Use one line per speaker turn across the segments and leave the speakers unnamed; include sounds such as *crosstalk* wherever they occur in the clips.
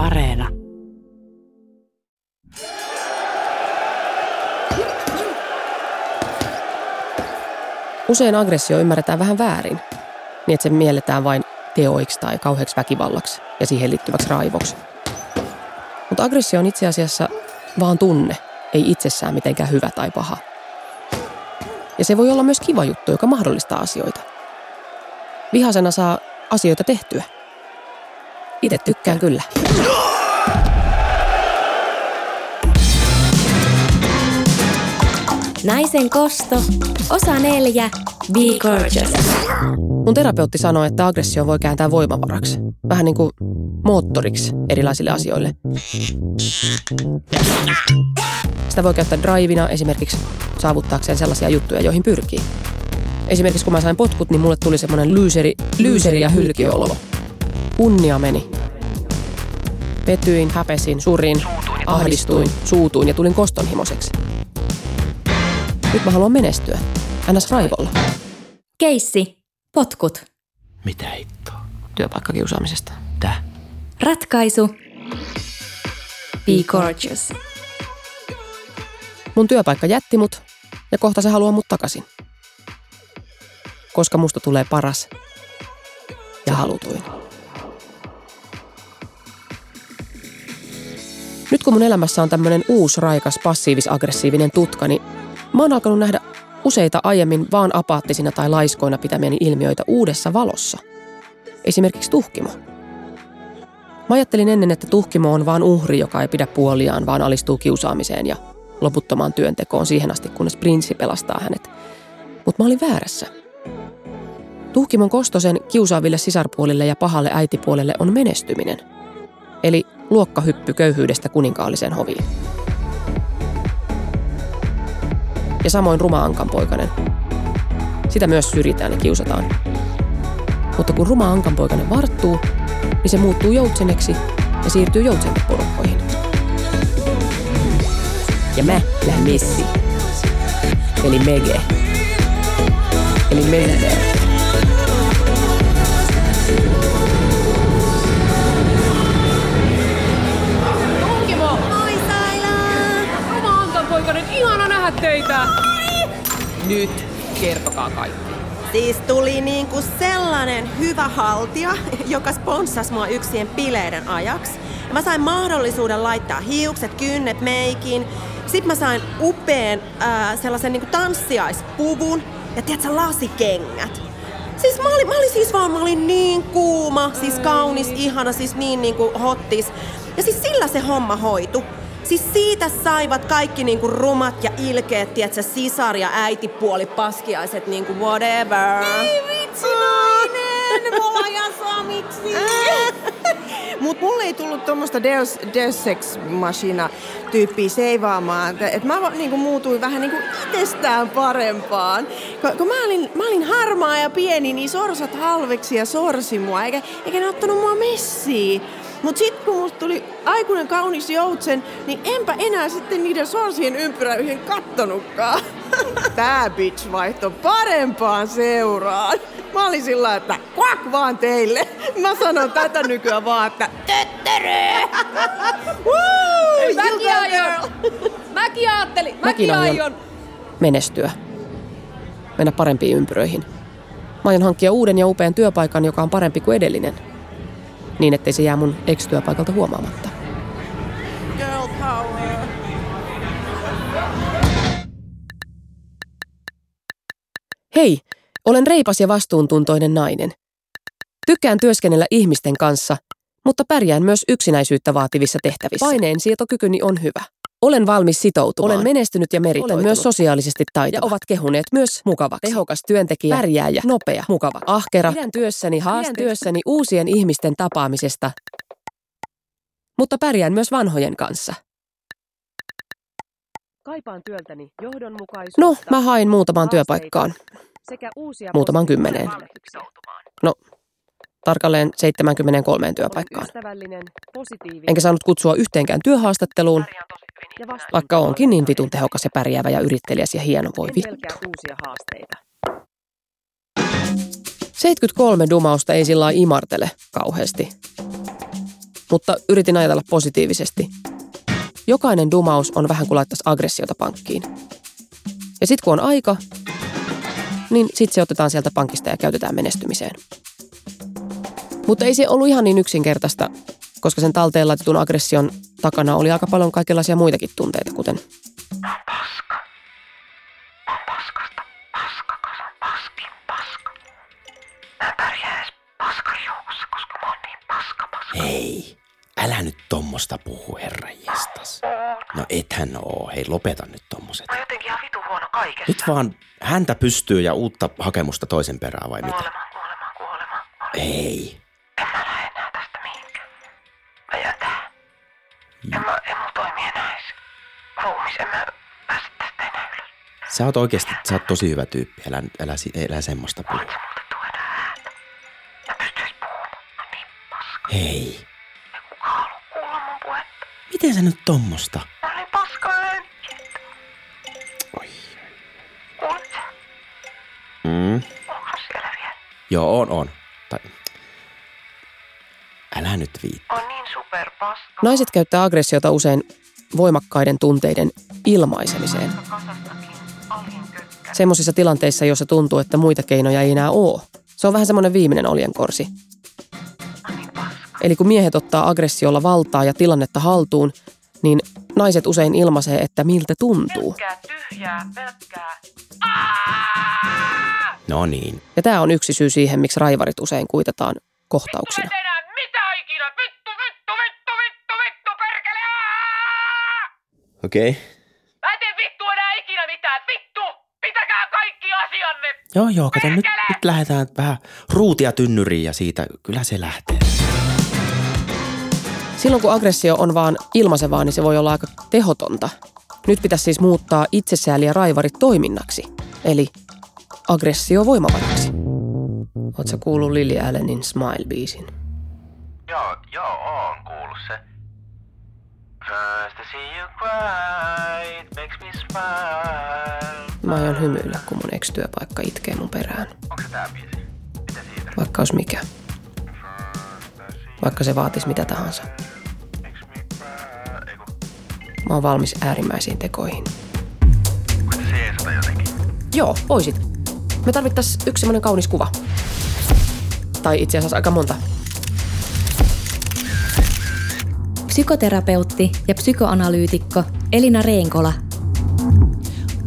Areena.
Usein aggressio ymmärretään vähän väärin, niin että se mielletään vain teoiksi tai kauheaksi väkivallaksi ja siihen liittyväksi raivoksi. Mutta aggressio on itse asiassa vaan tunne, ei itsessään mitenkään hyvä tai paha. Ja se voi olla myös kiva juttu, joka mahdollistaa asioita. Vihasena saa asioita tehtyä. Itse tykkään kyllä.
Naisen kosto, osa neljä, Be Gorgeous.
Mun terapeutti sanoi, että aggressio voi kääntää voimavaraksi. Vähän niin kuin moottoriksi erilaisille asioille. Sitä voi käyttää drivina esimerkiksi saavuttaakseen sellaisia juttuja, joihin pyrkii. Esimerkiksi kun mä sain potkut, niin mulle tuli semmoinen lyyseri, lyyseri ja hylkiolo. Kunnia meni. Petyin, häpesin, surin, ahdistuin, suutuin ja tulin kostonhimoiseksi. Nyt mä haluan menestyä. NS raivolla.
Keissi, potkut.
Mitä hittoa?
Työpaikkakiusaamisesta.
Tää?
Ratkaisu. Be Gorgeous.
Mun työpaikka jätti mut ja kohta se haluaa mut takaisin. Koska musta tulee paras ja halutuin. Nyt kun mun elämässä on tämmönen uusi raikas passiivis-aggressiivinen tutka, niin mä oon alkanut nähdä useita aiemmin vaan apaattisina tai laiskoina pitämieni ilmiöitä uudessa valossa. Esimerkiksi tuhkimo. Mä ajattelin ennen, että tuhkimo on vaan uhri, joka ei pidä puoliaan, vaan alistuu kiusaamiseen ja loputtomaan työntekoon siihen asti, kunnes prinssi pelastaa hänet. Mutta mä olin väärässä. Tuhkimon kostosen kiusaaville sisarpuolille ja pahalle äitipuolelle on menestyminen. Eli luokkahyppy köyhyydestä kuninkaalliseen hoviin. Ja samoin ruma ankanpoikainen. Sitä myös syrjitään ja kiusataan. Mutta kun ruma ankanpoikainen varttuu, niin se muuttuu joutseneksi ja siirtyy joutsenteporukkoihin. Ja mä lähden Messi. Eli Mege. Eli Menner.
Tunkimo! Moi Saila! Ruma Ankanpoikainen, ihana nähdä teitä! Nyt kertokaa kaikki.
Siis tuli niinku sellainen hyvä haltija, joka sponssasi mua yksien pileiden ajaksi. Ja mä sain mahdollisuuden laittaa hiukset, kynnet, meikin. Sitten mä sain upeen ää, sellaisen niinku tanssiaispuvun ja tiedätkö, lasikengät. Siis mä olin, mä olin siis vaan, mä olin niin kuuma, siis kaunis, ihana, siis niin niinku hottis. Ja siis sillä se homma hoitu. Siis siitä saivat kaikki niinku rumat ja ilkeät, tiedätkö, sisar ja äitipuoli, paskiaiset, niinku whatever. Ei vitsi, nainen! Mulla ja samiksi!
Mut mulle ei tullut tuommoista Deus, Deus Ex Machina tyyppiä seivaamaan. Et mä va- niinku muutuin vähän niinku itsestään parempaan. Kun, kun mä, olin, mä olin harmaa ja pieni, niin sorsat halveksi ja sorsi mua, eikä, eikä ne ottanut mua messiin. Mut sit kun musta tuli aikuinen kaunis joutsen, niin enpä enää sitten niiden sorsien ympyröihin kattonutkaan. *laughs* Tää bitch vaihto parempaan seuraan. Mä olin sillä että kuak vaan teille. Mä sanon tätä nykyään vaan, että
Woo, you
Mäkin
go girl!
aion! Mäkin ajattelin!
Mäkin
Mäkin
aion.
aion!
menestyä, mennä parempiin ympyröihin. Mä aion hankkia uuden ja upean työpaikan, joka on parempi kuin edellinen, niin ettei se jää mun ex-työpaikalta huomaamatta.
Girl power.
Hei, olen reipas ja vastuuntuntoinen nainen. Tykkään työskennellä ihmisten kanssa, mutta pärjään myös yksinäisyyttä vaativissa tehtävissä. Paineensietokykyni on hyvä. Olen valmis sitoutumaan. Olen menestynyt ja meritoitunut. Olen myös sosiaalisesti taitava. Ja ovat kehuneet myös mukavaksi. Tehokas työntekijä, pärjääjä, nopea, mukava, ahkera. Pidän työssäni haasteen. työssäni uusien ihmisten tapaamisesta, mutta pärjään myös vanhojen kanssa.
Kaipaan työltäni johdonmukaisuutta.
No, mä hain muutamaan työpaikkaan.
Sekä uusia
Muutaman kymmeneen. No, Tarkalleen 73 työpaikkaan.
Ystävällinen, positiivinen
Enkä saanut kutsua yhteenkään työhaastatteluun,
ja vastuuntuntoinen.
Vaikka onkin niin vitun tehokas ja pärjäävä ja yrittelijäs ja hieno voi
En pelkää
vittu.
uusia haasteita.
73 dumausta ei sillä lailla imartele kauheasti. mutta yritin ajatella positiivisesti. Jokainen dumaus on vähän kuin laittaisi aggressiota pankkiin. Ja sitten kun on aika, niin sitten se otetaan sieltä pankista ja käytetään menestymiseen. Mutta ei se ollut ihan niin yksinkertaista, koska sen talteen laitetun aggression takana oli aika paljon kaikenlaisia muitakin tunteita, kuten
Hei, älä nyt tommosta puhu, herra jestas. No ethän oo, hei lopeta nyt tommoset. Mä jotenkin ihan vitu huono kaikesta. Nyt vaan häntä pystyy ja uutta hakemusta toisen perään vai mitä? Kuolema, kuolema, kuolema. Ei. Sä oot oikeesti, sä oot tosi hyvä tyyppi, älä, älä, si- älä semmoista puhu. Hei. Miten sä nyt tommosta? Oi, oi, oi. Mm. Joo, on, on. Tai... Älä nyt viit.
Naiset käyttää aggressiota usein voimakkaiden tunteiden ilmaisemiseen. Semmoisissa tilanteissa, joissa tuntuu, että muita keinoja ei enää ole. Se on vähän semmoinen viimeinen oljenkorsi. Eli kun miehet ottaa aggressiolla valtaa ja tilannetta haltuun, niin naiset usein ilmaisee, että miltä tuntuu.
No niin.
Ja tämä on yksi syy siihen, miksi raivarit usein kuitataan kohtauksina.
Okei. Okay.
Mä en tee vittu enää ikinä mitään. Vittu! Pitäkää kaikki asianne!
Joo, joo, kato, nyt, nyt lähdetään vähän ruutia tynnyriin ja siitä kyllä se lähtee.
Silloin kun aggressio on vaan ilmaisevaa, niin se voi olla aika tehotonta. Nyt pitäisi siis muuttaa itsesääli ja raivarit toiminnaksi, eli aggressio voimavaraksi. Oletko sä kuullut Lili Allenin Smile-biisin?
Joo, joo, oon kuullut se. First I see you cry, it makes me smile.
Mä aion hymyillä, kun mun ex-työpaikka itkee mun perään.
Onko se tää biisi? Mitä siitä?
Vaikka olisi mikä. Vaikka se vaatisi mitä tahansa.
Makes me cry. Eiku,
Mä oon valmis äärimmäisiin tekoihin.
kun se jeesata jotenkin.
Joo, voisit. Me tarvittais yksi semmonen kaunis kuva. Tai itse asiassa aika monta.
Psykoterapeutti ja psykoanalyytikko Elina Reenkola.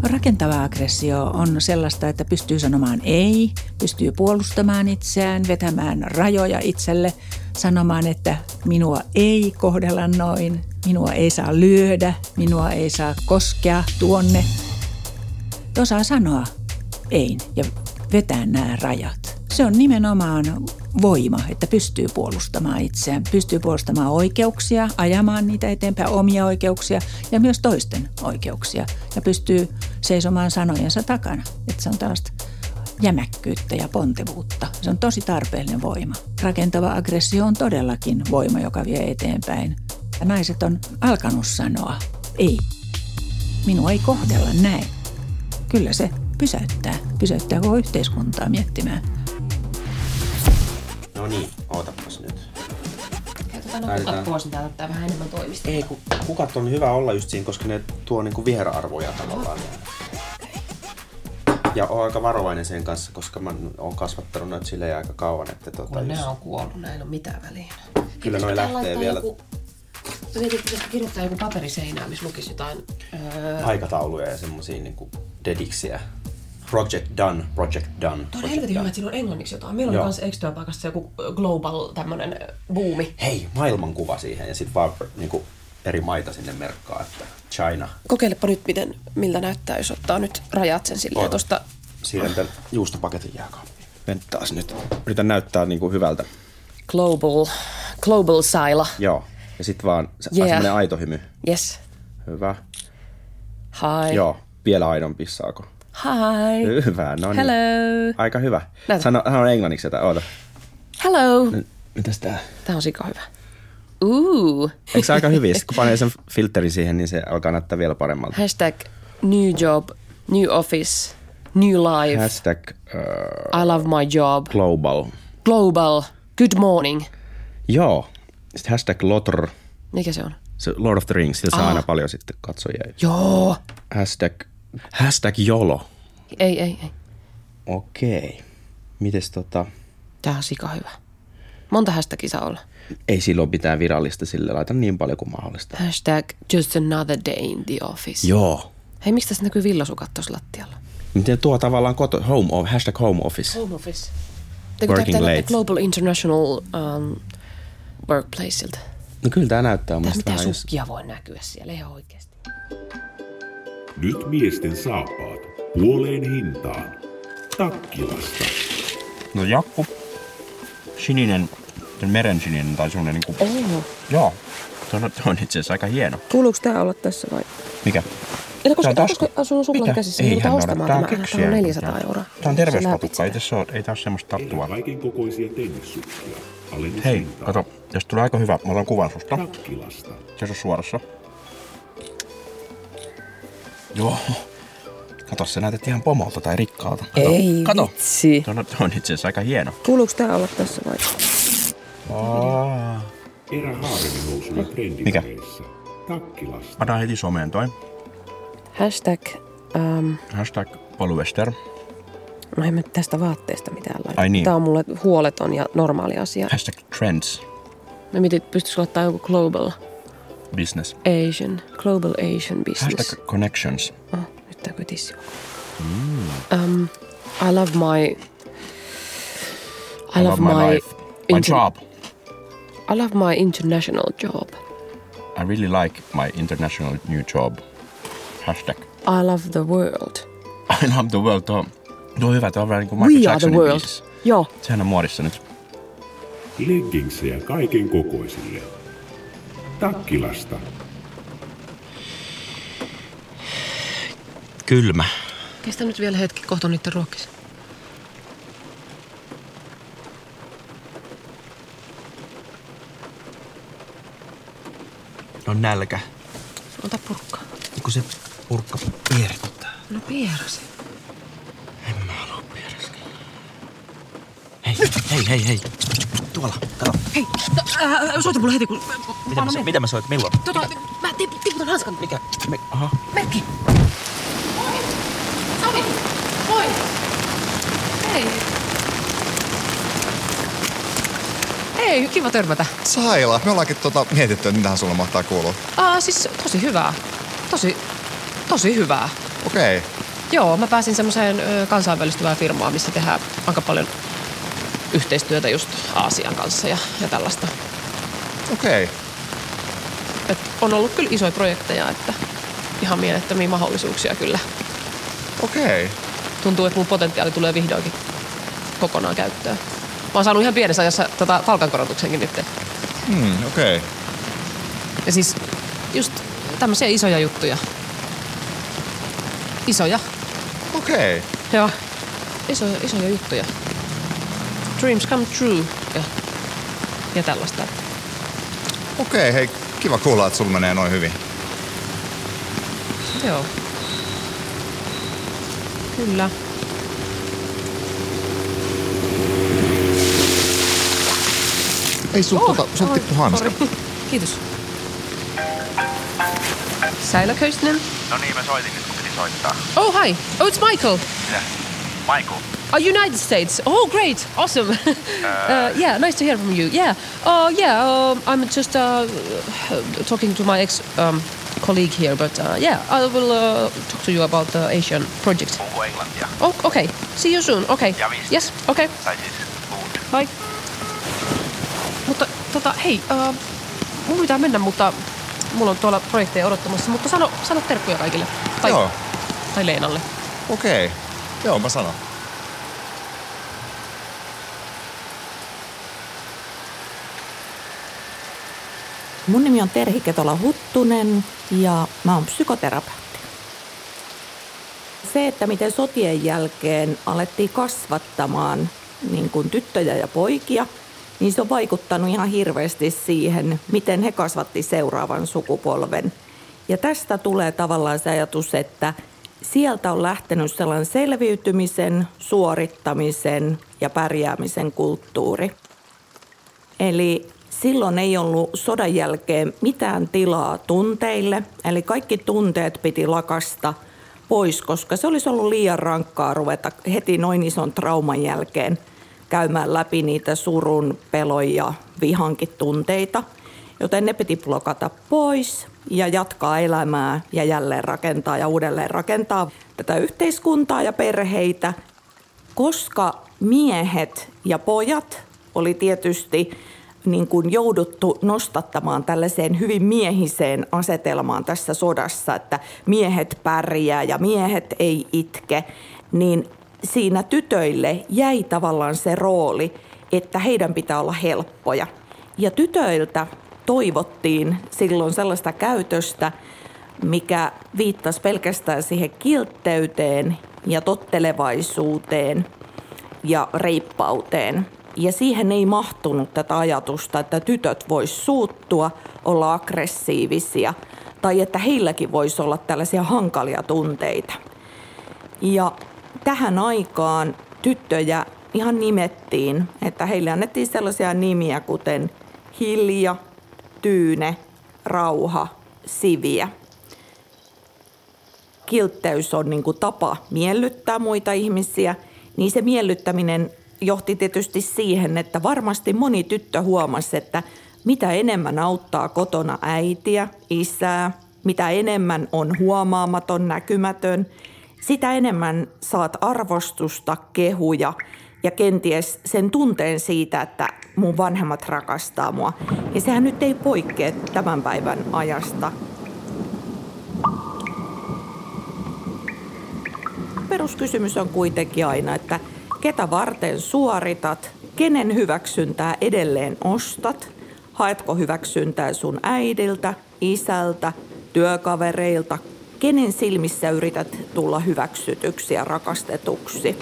Rakentava aggressio on sellaista, että pystyy sanomaan ei, pystyy puolustamaan itseään, vetämään rajoja itselle, sanomaan, että minua ei kohdella noin, minua ei saa lyödä, minua ei saa koskea tuonne. Et Osaa sanoa ei ja vetää nämä rajat. Se on nimenomaan voima, että pystyy puolustamaan itseään, pystyy puolustamaan oikeuksia, ajamaan niitä eteenpäin, omia oikeuksia ja myös toisten oikeuksia. Ja pystyy seisomaan sanojensa takana. Että se on tällaista jämäkkyyttä ja pontevuutta. Se on tosi tarpeellinen voima. Rakentava aggressio on todellakin voima, joka vie eteenpäin. Ja naiset on alkanut sanoa, ei, minua ei kohdella näin. Kyllä se pysäyttää. Pysäyttää koko yhteiskuntaa miettimään.
No niin, ootapas nyt.
Otetaan
Laitetaan.
kuvat pois, niin tää ottaa vähän enemmän toimista.
Ei, kun kukat on hyvä olla just siinä, koska ne tuo niinku viherarvoja tavallaan. Ja oon aika varovainen sen kanssa, koska mä oon kasvattanut noita silleen aika kauan, että tota,
Kun
jos,
nää on kuollut, näillä ei ole mitään väliä.
kyllä noi lähtee vielä
Joku, mä mietin, pitäisikö kirjoittaa joku paperiseinään, missä lukisi jotain. Öö,
aikatauluja ja semmosia niinku dediksiä. Project done, project done.
Tuo on
project
helvetin
done.
hyvä, että siinä on englanniksi jotain. Meillä
Joo.
on myös ex-työpaikassa joku global tämmönen buumi.
Hei, maailmankuva siihen ja sit vaan niinku eri maita sinne merkkaa, että China.
Kokeilepa nyt, miten, miltä näyttää, jos ottaa nyt rajat sen silleen
Oota.
tuosta.
Siirrän tän juustopaketin jääkaappiin. Mennään taas nyt. Yritän näyttää niinku hyvältä.
Global, global saila.
Joo. Ja sit vaan se,
Yeah.
yeah. semmonen aito hymy.
Yes.
Hyvä.
Hi.
Joo, vielä aidompi saako?
Hi.
Hyvä, no niin.
Hello.
Aika hyvä.
Näytä.
Sano, sano englanniksi jotain, oota.
Hello.
Mitäs tää?
Tää on sika hyvä. Ooh.
Eikö se aika hyvin? Sitten kun panee sen filterin siihen, niin se alkaa näyttää vielä paremmalta.
Hashtag new job, new office, new life.
Hashtag uh,
äh,
I love my job.
global.
Global. Good morning.
Joo,
Sitten hashtag Lotor,
Mikä se on?
se Lord of the Rings, sillä saa
Aa.
aina paljon sitten katsojia.
Joo.
Hashtag, hashtag Jolo.
Ei, ei, ei.
Okei. Mites tota,
Tää on sika hyvä. Monta hashtagia saa olla.
ei silloin mitään virallista sille, laita niin paljon kuin mahdollista.
Hashtag just another day in the office.
Joo.
Hei, miksi tässä näkyy villasukat tuossa lattialla?
Miten tuo tavallaan koto, home, of- hashtag home office.
Home office.
Working
tämä
late.
Global International um, Workplaceilta.
No kyllä tämä näyttää
Tää
musta
mitä
vähän, jos,
sukkia voi näkyä siellä ihan oikeasti.
Nyt miesten saappaat puoleen hintaan. Takkilasta.
No jakku. Sininen, meren sininen tai semmonen niinku...
Oh.
Joo. Tuo on, tuo on itse asiassa aika hieno.
Kuuluuko tää olla tässä vai?
Mikä?
Ei, koska
on
tää
tasku.
koska sun on suklaat
Mitä?
käsissä,
Ei
niin joudutaan
hän ole.
ostamaan
Tää on
tämä.
keksiä.
Tämä on 400 euroa.
Tää on terveyspatukka,
Läpitsee.
ei tässä ole, ei tässä semmoista tattua.
Kaiken kokoisia tennissukkia.
Hei,
Alennushintaan.
kato, jos tulee aika hyvä, mä otan kuvan susta.
No.
Takkilasta.
Jos on suorassa. Joo. Kato, se näytät ihan pomolta tai rikkaalta. Kato.
Ei
kato.
vitsi.
Tuo on, tuo on itse asiassa aika hieno.
Kuuluuko tää olla tässä vai?
Aa.
Erä haaremi nousui trendipareissa. Takkilasta.
Pannaan heti someen toi.
Hashtag, um,
Hashtag Polyester.
no en mä tästä vaatteesta mitään laita.
Ai niin.
Tää on mulle huoleton ja normaali asia.
Hashtag Trends.
Mä mietin, että pystyisikö laittaa joku global
Business.
Asian, global Asian business.
Hashtag Connections.
Oh, nyt tää kyllä tissi um, I love my... I,
I love my life. My
inter-
job.
I love my international job.
I really like my international new job. Hashtag.
I love the world.
I love the world. Tuo, tuo on hyvä. Tuo on vähän niin kuin
We
Michael
are the
Jacksonin
world.
biisissä.
Joo.
Sehän on muodissa nyt.
Leggingsejä kaiken kokoisille. Takkilasta.
kylmä.
Kestä nyt vielä hetki, kohta on niiden ruokis.
On No nälkä.
Ota purkkaa.
Kun se purkka pierittää.
No pierasi.
Hei, hei, hei, hei. Tuolla, kato.
Hei, no, äh, soita mulle heti, kun...
Mitä, mä, mitä mä soit? Milloin?
Tota, mä tip- tiputan hanskan.
Mikä? Me, aha.
Merkki! Moi! Sami! Moi! Hei! Hei, kiva törmätä.
Saila, me ollaankin tota, mietitty, että mitähän sulle mahtaa kuulua.
Aa, siis tosi hyvää. Tosi, tosi hyvää.
Okei.
Joo, mä pääsin semmoiseen ö, kansainvälistyvään firmaan, missä tehdään aika paljon yhteistyötä just Aasian kanssa ja, ja tällaista.
Okei.
Et on ollut kyllä isoja projekteja, että ihan mielettömiä mahdollisuuksia kyllä.
Okei.
Tuntuu, että mun potentiaali tulee vihdoinkin kokonaan käyttöön. Mä oon saanut ihan pienessä ajassa tota palkankorotuksenkin nyt.
Hmm, okei.
Ja siis just tämmöisiä isoja juttuja. Isoja.
Okei.
Joo. Isoja, isoja juttuja. Dreams come true. Ja, ja tällaista.
Okei, hei, kiva kuulla, että sulla menee noin hyvin.
Joo. Kyllä.
Ei sul, oh, tota, sul
Oi,
tippu hanska.
sori. Kiitos. Säilököistinen.
No niin, mä soitin nyt, kun piti soittaa.
Oh, hi. Oh, it's Michael.
Mitä? Michael,
Oh, United States. Oh, great. Awesome. *laughs* uh, yeah, nice to hear from you. Yeah. Uh, yeah, um, I'm just uh, talking to my ex um, colleague here, but uh, yeah, I will uh, talk to you about the Asian project.
puhuu englantia.
Oh, okay. See you soon. Okay.
Ja viis.
Yes, okay.
Tai siis puhut.
Bye. Mutta tota, hei, uh, mun pitää mennä, mutta mulla on tuolla projekteja odottamassa, mutta sano, sano terkkuja kaikille. Tai,
Joo,
tai Leenalle.
okei. Joo, mä sanon.
Mun nimi on Terhi Ketola Huttunen ja mä oon psykoterapeutti. Se, että miten sotien jälkeen alettiin kasvattamaan niin kuin tyttöjä ja poikia, niin se on vaikuttanut ihan hirveästi siihen, miten he kasvatti seuraavan sukupolven. Ja tästä tulee tavallaan se ajatus, että sieltä on lähtenyt sellainen selviytymisen, suorittamisen ja pärjäämisen kulttuuri. Eli Silloin ei ollut sodan jälkeen mitään tilaa tunteille, eli kaikki tunteet piti lakasta pois, koska se olisi ollut liian rankkaa ruveta heti noin ison trauman jälkeen käymään läpi niitä surun, pelon ja vihankin tunteita. Joten ne piti blokata pois ja jatkaa elämää ja jälleen rakentaa ja uudelleen rakentaa tätä yhteiskuntaa ja perheitä. Koska miehet ja pojat oli tietysti niin kuin jouduttu nostattamaan tällaiseen hyvin miehiseen asetelmaan tässä sodassa, että miehet pärjää ja miehet ei itke, niin siinä tytöille jäi tavallaan se rooli, että heidän pitää olla helppoja. Ja tytöiltä toivottiin silloin sellaista käytöstä, mikä viittasi pelkästään siihen kiltteyteen ja tottelevaisuuteen ja reippauteen. Ja siihen ei mahtunut tätä ajatusta, että tytöt vois suuttua, olla aggressiivisia tai että heilläkin voisi olla tällaisia hankalia tunteita. Ja tähän aikaan tyttöjä ihan nimettiin, että heille annettiin sellaisia nimiä kuten Hilja, Tyyne, Rauha, Siviä. Kiltteys on niin kuin tapa miellyttää muita ihmisiä, niin se miellyttäminen johti tietysti siihen, että varmasti moni tyttö huomasi, että mitä enemmän auttaa kotona äitiä, isää, mitä enemmän on huomaamaton, näkymätön, sitä enemmän saat arvostusta, kehuja ja kenties sen tunteen siitä, että mun vanhemmat rakastaa mua. Ja sehän nyt ei poikkea tämän päivän ajasta. Peruskysymys on kuitenkin aina, että ketä varten suoritat, kenen hyväksyntää edelleen ostat, haetko hyväksyntää sun äidiltä, isältä, työkavereilta, kenen silmissä yrität tulla hyväksytyksi ja rakastetuksi,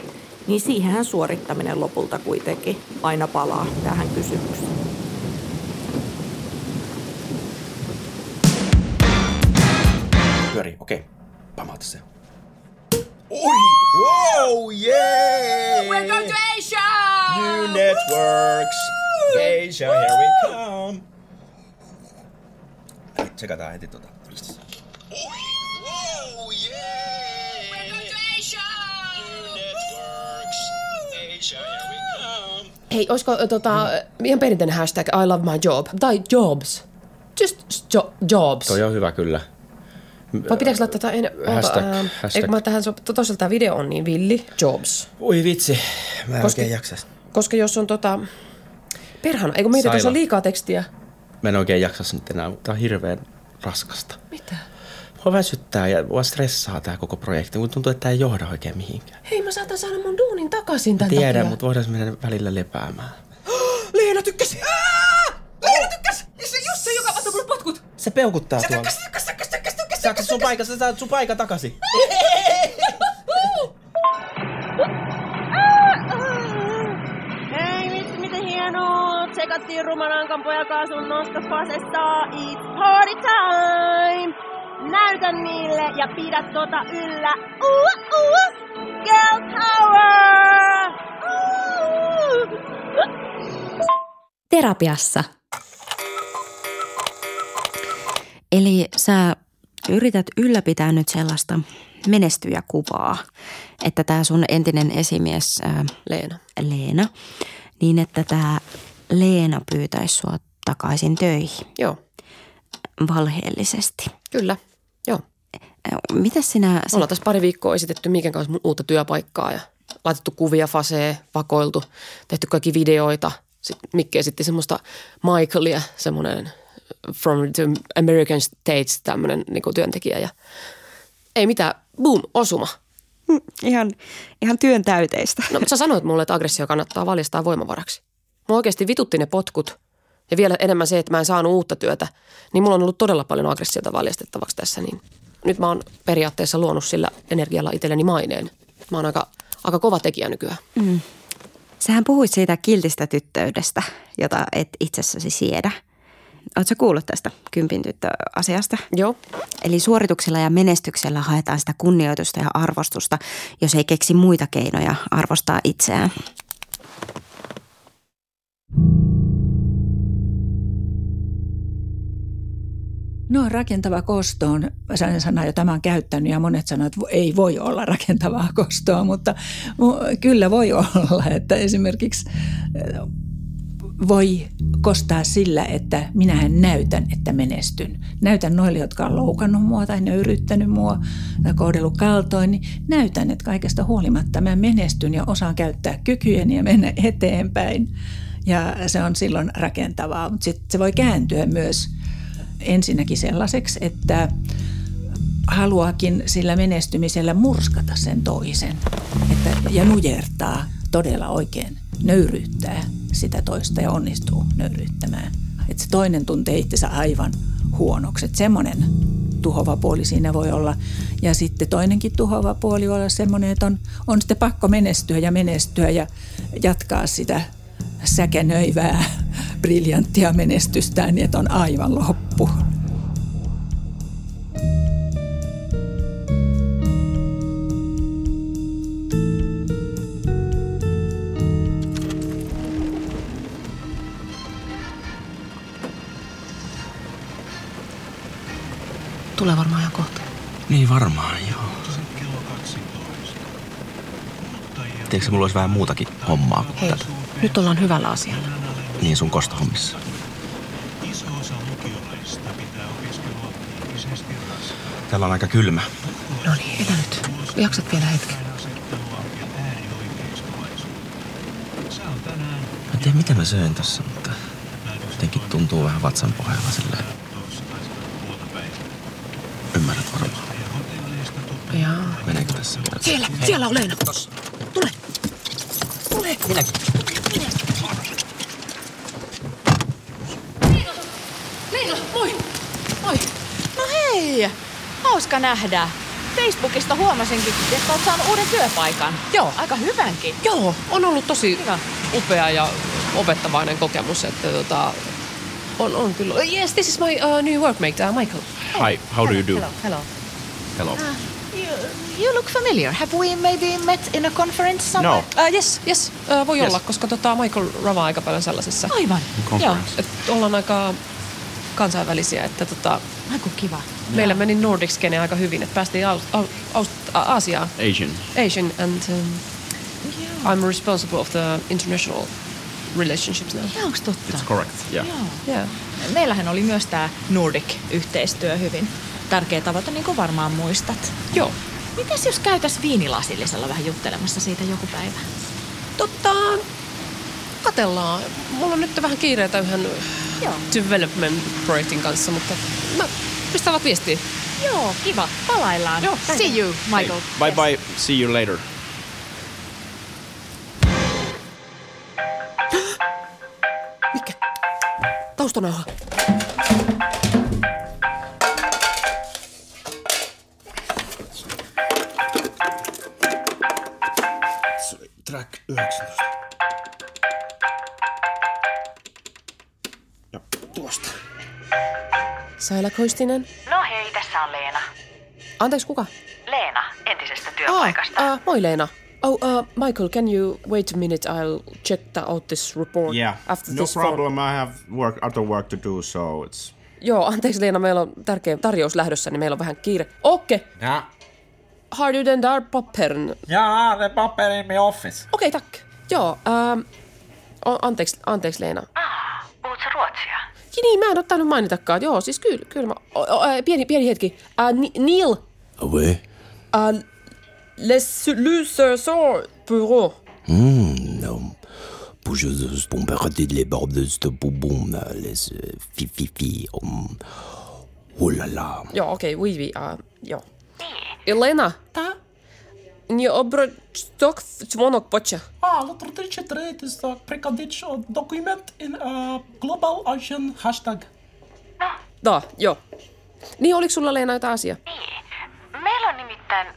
niin siihenhän suorittaminen lopulta kuitenkin aina palaa tähän kysymykseen.
Pyörii, okei. Okay. Pamauta se.
Oi! Wow! Yay!
We're going to Asia!
New networks! Asia, here we come! Tsekataan heti tota.
We're going to Asia!
Hei, olisiko ö, tota, ihan perinteinen hashtag I love my job tai jobs? Just jo- jobs.
Toi on hyvä kyllä.
Vai pitääkö laittaa tätä en...
Hashtag,
Oota, ähm,
hashtag.
Eikö mä tähän so... to- Tosiaan tämä video on niin villi. Jobs.
Oi vitsi, mä en
Koska-
oikein jaksa sitä.
Koska jos on tota... Perhana, eikö meitä
Saila.
tuossa on liikaa tekstiä?
Mä en oikein jaksa sitä nyt enää. Tää on hirveän raskasta. Mitä? Mua väsyttää ja mua stressaa tää koko projekti. Mun tuntuu, että tää ei johda oikein mihinkään.
Hei, mä saatan saada mun duunin takaisin tämän
Tiedän,
takia.
mutta voidaan mennä välillä lepäämään.
Leena tykkäsi!
Leena tykkäs! Ja se just se, joka vastasi mulle potkut!
Se peukuttaa
Se
Oh! tuolla.
tykkäs, tykkäs, tykkäs, tykkäs, tykkäs,
Saatko sun paikka, sä saat sun paikka takaisin.
Hei, mit, miten hienoa! Tsekattiin rumanankan pojakaasun nostopasesta. It's party time! Näytä niille ja pidä tota yllä. Uua, uua! Girl power!
terapiassa. Eli sä yrität ylläpitää nyt sellaista menestyjäkuvaa, että tämä sun entinen esimies ää,
Leena.
Leena, niin että tämä Leena pyytäisi sua takaisin töihin.
Joo.
Valheellisesti.
Kyllä, joo.
Eh,
Mitä sinä...
Ollaan tässä pari viikkoa esitetty Miikan kanssa mun uutta työpaikkaa ja laitettu kuvia fasee, vakoiltu, tehty kaikki videoita. Sitten Mikki esitti semmoista Michaelia, semmoinen from the American States tämmöinen niin työntekijä ja ei mitään, boom, osuma.
Ihan, ihan työn täyteistä.
No, mutta sä sanoit mulle, että aggressio kannattaa valistaa voimavaraksi. Mua oikeasti vitutti ne potkut ja vielä enemmän se, että mä en saanut uutta työtä, niin mulla on ollut todella paljon aggressiota valjastettavaksi tässä. Niin nyt mä oon periaatteessa luonut sillä energialla itselleni maineen. Mä oon aika, aika kova tekijä nykyään.
Mm. Sähän puhuit siitä kiltistä tyttöydestä, jota et itsessäsi siedä. Oletko kuullut tästä kympin tyttöasiasta?
Joo.
Eli suorituksella ja menestyksellä haetaan sitä kunnioitusta ja arvostusta, jos ei keksi muita keinoja arvostaa itseään.
No rakentava kosto on sellainen sana, jota mä oon käyttänyt ja monet sanoo, että ei voi olla rakentavaa kostoa, mutta mu- kyllä voi olla, että esimerkiksi äh, voi kostaa sillä, että minähän näytän, että menestyn. Näytän noille, jotka on loukannut mua tai ne on yrittänyt mua tai kohdellut kaltoin, niin näytän, että kaikesta huolimatta mä menestyn ja osaan käyttää kykyjeni ja mennä eteenpäin. Ja se on silloin rakentavaa, mutta sitten se voi kääntyä myös ensinnäkin sellaiseksi, että haluakin sillä menestymisellä murskata sen toisen että, ja nujertaa todella oikein, nöyryyttää sitä toista ja onnistuu nöyryyttämään. Että se toinen tuntee itsensä aivan huonoksi. Että semmoinen tuhova puoli siinä voi olla. Ja sitten toinenkin tuhova puoli voi olla semmoinen, että on, on sitten pakko menestyä ja menestyä ja jatkaa sitä säkenöivää briljanttia menestystään, niin että on aivan loppu.
Tulee varmaan ihan kohta.
Niin varmaan, joo. Tiedätkö, mulla olisi vähän muutakin hommaa kuin
Hei,
tätä.
nyt ollaan hyvällä asialla.
Niin sun kostohommissa.
Iso osa lukiolaisista pitää opiskelua fyysisesti raskaana.
Täällä on aika kylmä.
No niin, etä nyt. Jaksat vielä hetken.
Mä en tiedä mitä mä söin tossa, mutta jotenkin tuntuu vähän vatsan pohjalla silleen. Ymmärrät varmaan.
Jaa.
Meneekö tässä vielä?
Siellä, siellä on Leena. Tule. Tule.
Minäkin.
Leino, moi! Moi! No hei! Hauska nähdä. Facebookista huomasinkin, että olet saanut uuden työpaikan. Joo. Aika hyvänkin.
Joo, on ollut tosi upea ja opettavainen kokemus, että tota, on, on kyllä. Yes, this is my uh, new workmate, uh, Michael.
Hi, how do you do?
Hello, hello.
Hello.
Ah, you, you look familiar. Have we maybe met in a conference somewhere?
No.
Uh, yes, yes, uh, voi
Yes.
yes. olla, koska tota, Michael ravaa aika paljon sellaisissa.
Aivan.
Joo,
Conference.
et ollaan aika kansainvälisiä, että tota,
Aiku kiva.
meillä meni nordic skene aika hyvin, että päästiin Aus- Aus- Aus- Aasiaan.
Asian.
Asian and um, I'm responsible of the international relationships now.
Joo, onks totta?
It's correct, yeah.
Joo. Meillähän oli myös tämä Nordic-yhteistyö hyvin tärkeä tavoite, niin kuin varmaan muistat.
Joo.
Mites jos käytäs viinilasillisella vähän juttelemassa siitä joku päivä?
Totta, katellaan. Tota, Mulla on nyt vähän kiireitä yhden development-projektin kanssa, mutta mä pistävät viestiä.
Joo, kiva. Palaillaan. Joo, See you, Michael.
Bye bye, see you later.
Taustanauha.
Track 19. Ja tuosta.
Saila Koistinen.
No hei, tässä on Leena.
Anteeksi, kuka?
Leena, entisestä työpaikasta.
Ah, uh, moi Leena. Oh, uh, Michael, can you wait a minute? I'll check the, out this report
Yeah,
after
no
this phone-
problem. I have work, other work to do, so it's...
Joo, anteeksi Leena, meillä on tärkeä tarjous lähdössä, niin meillä on vähän kiire. Okei, okay.
Ja,
harder than dar pappern.
ja the paper in my office.
Okei, okay, tack. Joo, ähm, o- anteeksi, anteeksi Leena.
Puhutko ruotsia?
Ja niin, mä en ottanut mainitakaan. Joo, siis kyllä, kyllä mä... O, o, ää, pieni, pieni hetki. Äh, ni, Neil,
Oui.
äh, les lysösor bureau.
Hmm, non. Pujuzus pomperotit les bordus de boubon, les
eh,
euh, fi fi fi. Um. Oh là là.
Joo, okei, okay, oui, oui, äh, joo. Elena. Niin, Ta? Ni obrostok zvonok poče.
А, лотротиче третиста, прикадич документ in uh, global ocean hashtag.
Da, joo. Niin, oliko sulla Leena jotain asiaa?
Niin. Meillä on nimittäin äh,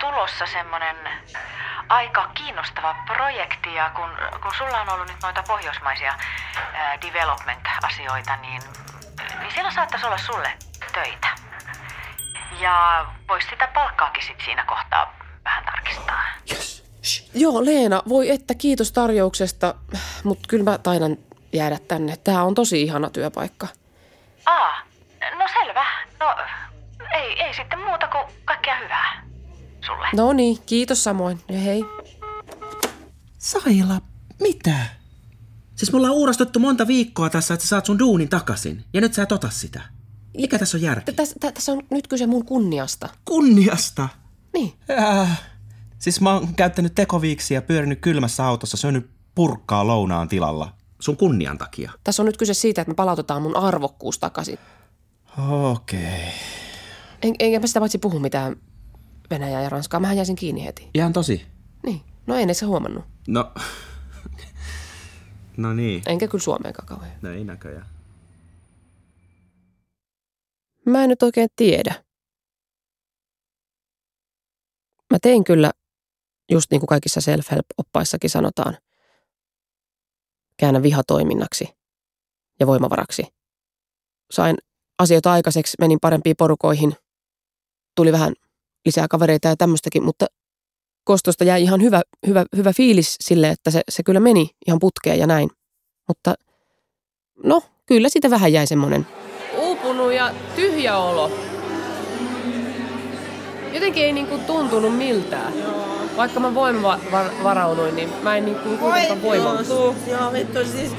tulossa semmonen äh, aika kiinnostava projekti ja kun, kun sulla on ollut nyt noita pohjoismaisia äh, development-asioita, niin, niin siellä saattaisi olla sulle töitä. Ja vois sitä palkkaakin sit siinä kohtaa vähän tarkistaa.
Joo, Leena, voi että kiitos tarjouksesta, mutta kyllä mä taidan jäädä tänne. Tää on tosi ihana työpaikka.
Aa, no selvä. sitten muuta kuin kaikkea hyvää sulle.
No niin, kiitos samoin. Ja hei.
Saila, mitä? Siis me ollaan uurastuttu monta viikkoa tässä, että sä saat sun duunin takaisin. Ja nyt sä et ota sitä. Mikä tässä on järki?
Tässä tä, tässä on nyt kyse mun kunniasta.
Kunniasta?
Niin.
Äh. Siis mä oon käyttänyt tekoviiksiä, pyörinyt kylmässä autossa, syönyt purkkaa lounaan tilalla. Sun kunnian takia.
Tässä on nyt kyse siitä, että me palautetaan mun arvokkuus takaisin.
Okei. Okay.
En, enkä mä sitä paitsi puhu mitään Venäjää ja Ranskaa. Mähän jäisin kiinni heti.
Ihan tosi.
Niin. No ei ne se huomannut.
No. *laughs* no niin.
Enkä kyllä Suomeenkaan kauhean.
No ei näköjään.
Mä en nyt oikein tiedä. Mä tein kyllä, just niin kuin kaikissa self-help-oppaissakin sanotaan, käännä vihatoiminnaksi ja voimavaraksi. Sain asioita aikaiseksi, menin parempiin porukoihin, tuli vähän lisää kavereita ja tämmöistäkin, mutta kostosta jäi ihan hyvä, hyvä, hyvä fiilis sille, että se, se kyllä meni ihan putkeen ja näin. Mutta no, kyllä siitä vähän jäi semmoinen
Uupunut ja tyhjä olo. Jotenkin ei niinku tuntunut miltään. Vaikka mä voimavarauduin, niin mä en niinku kuitenkaan voimallistu.
Joo, vittu siis,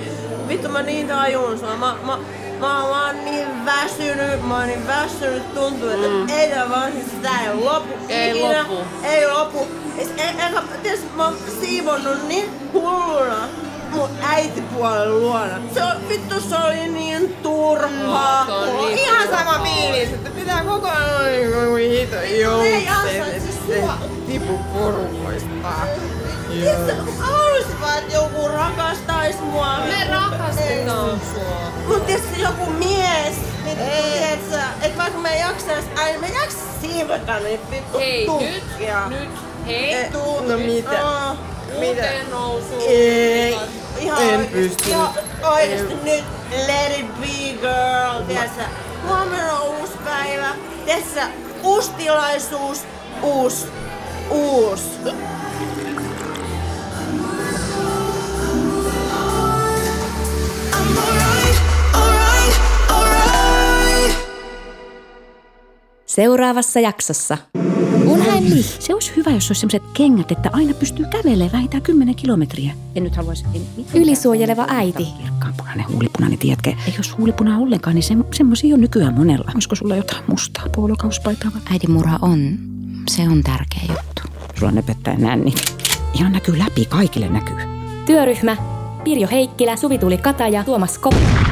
vittu mä niin tajun sua. Mä, mä, mä oon vaan niin väsynyt, mä oon niin väsynyt, tuntuu, että mm. ei tää vaan siis tää ei lopu
Ei
ikinä,
lopu.
Ei lopu. Siis en, en, ties, mä oon siivonnut niin hulluna mun äitipuolen luona. Se on, vittu se oli niin turhaa.
Mm, se on
Mulla on
niin
ihan
turhaa.
sama fiilis, että pitää koko ajan Voi hito, joo.
ei ansaitse
sitten tipu porukoista.
Tiedätkö, mä haluaisin vaan, että joku rakastais mua.
Me rakastetaan
Ei. siis. Mut tiedätkö, joku mies, niin tiedätkö, että vaikka mä en jaksais aina, mä en jaksa siivota niin vittu
Hei, nyt,
tukkia. nyt,
hei, tuu-
No
nyt.
mitä?
Aa,
Mitä?
uuteen nousuun.
Ei.
Ihan
en
oikeesti.
pysty.
Ihan
oikeesti
En.
nyt, let it be girl, tiedätkö? Huomenna on uusi päivä, tiedätkö, uusi tilaisuus, uusi, uusi.
Seuraavassa jaksossa.
Unheimlich. Se olisi hyvä, jos olisi sellaiset kengät, että aina pystyy kävelemään vähintään 10 kilometriä. En nyt haluaisi... En mitenkään-
Ylisuojeleva äiti.
Punainen, huulipunainen, tiedätkö? Ei jos huulipunaa ollenkaan, niin se, semmoisia on nykyään monella. Olisiko sulla jotain mustaa puolokauspaitaa? vai-
Äidin murha on, se on tärkeä juttu.
Sulla on nöpöttäen nänni. Ihan näkyy läpi, kaikille näkyy.
Työryhmä. Pirjo Heikkilä, Suvi Tuli Kataja, Tuomas Koppi.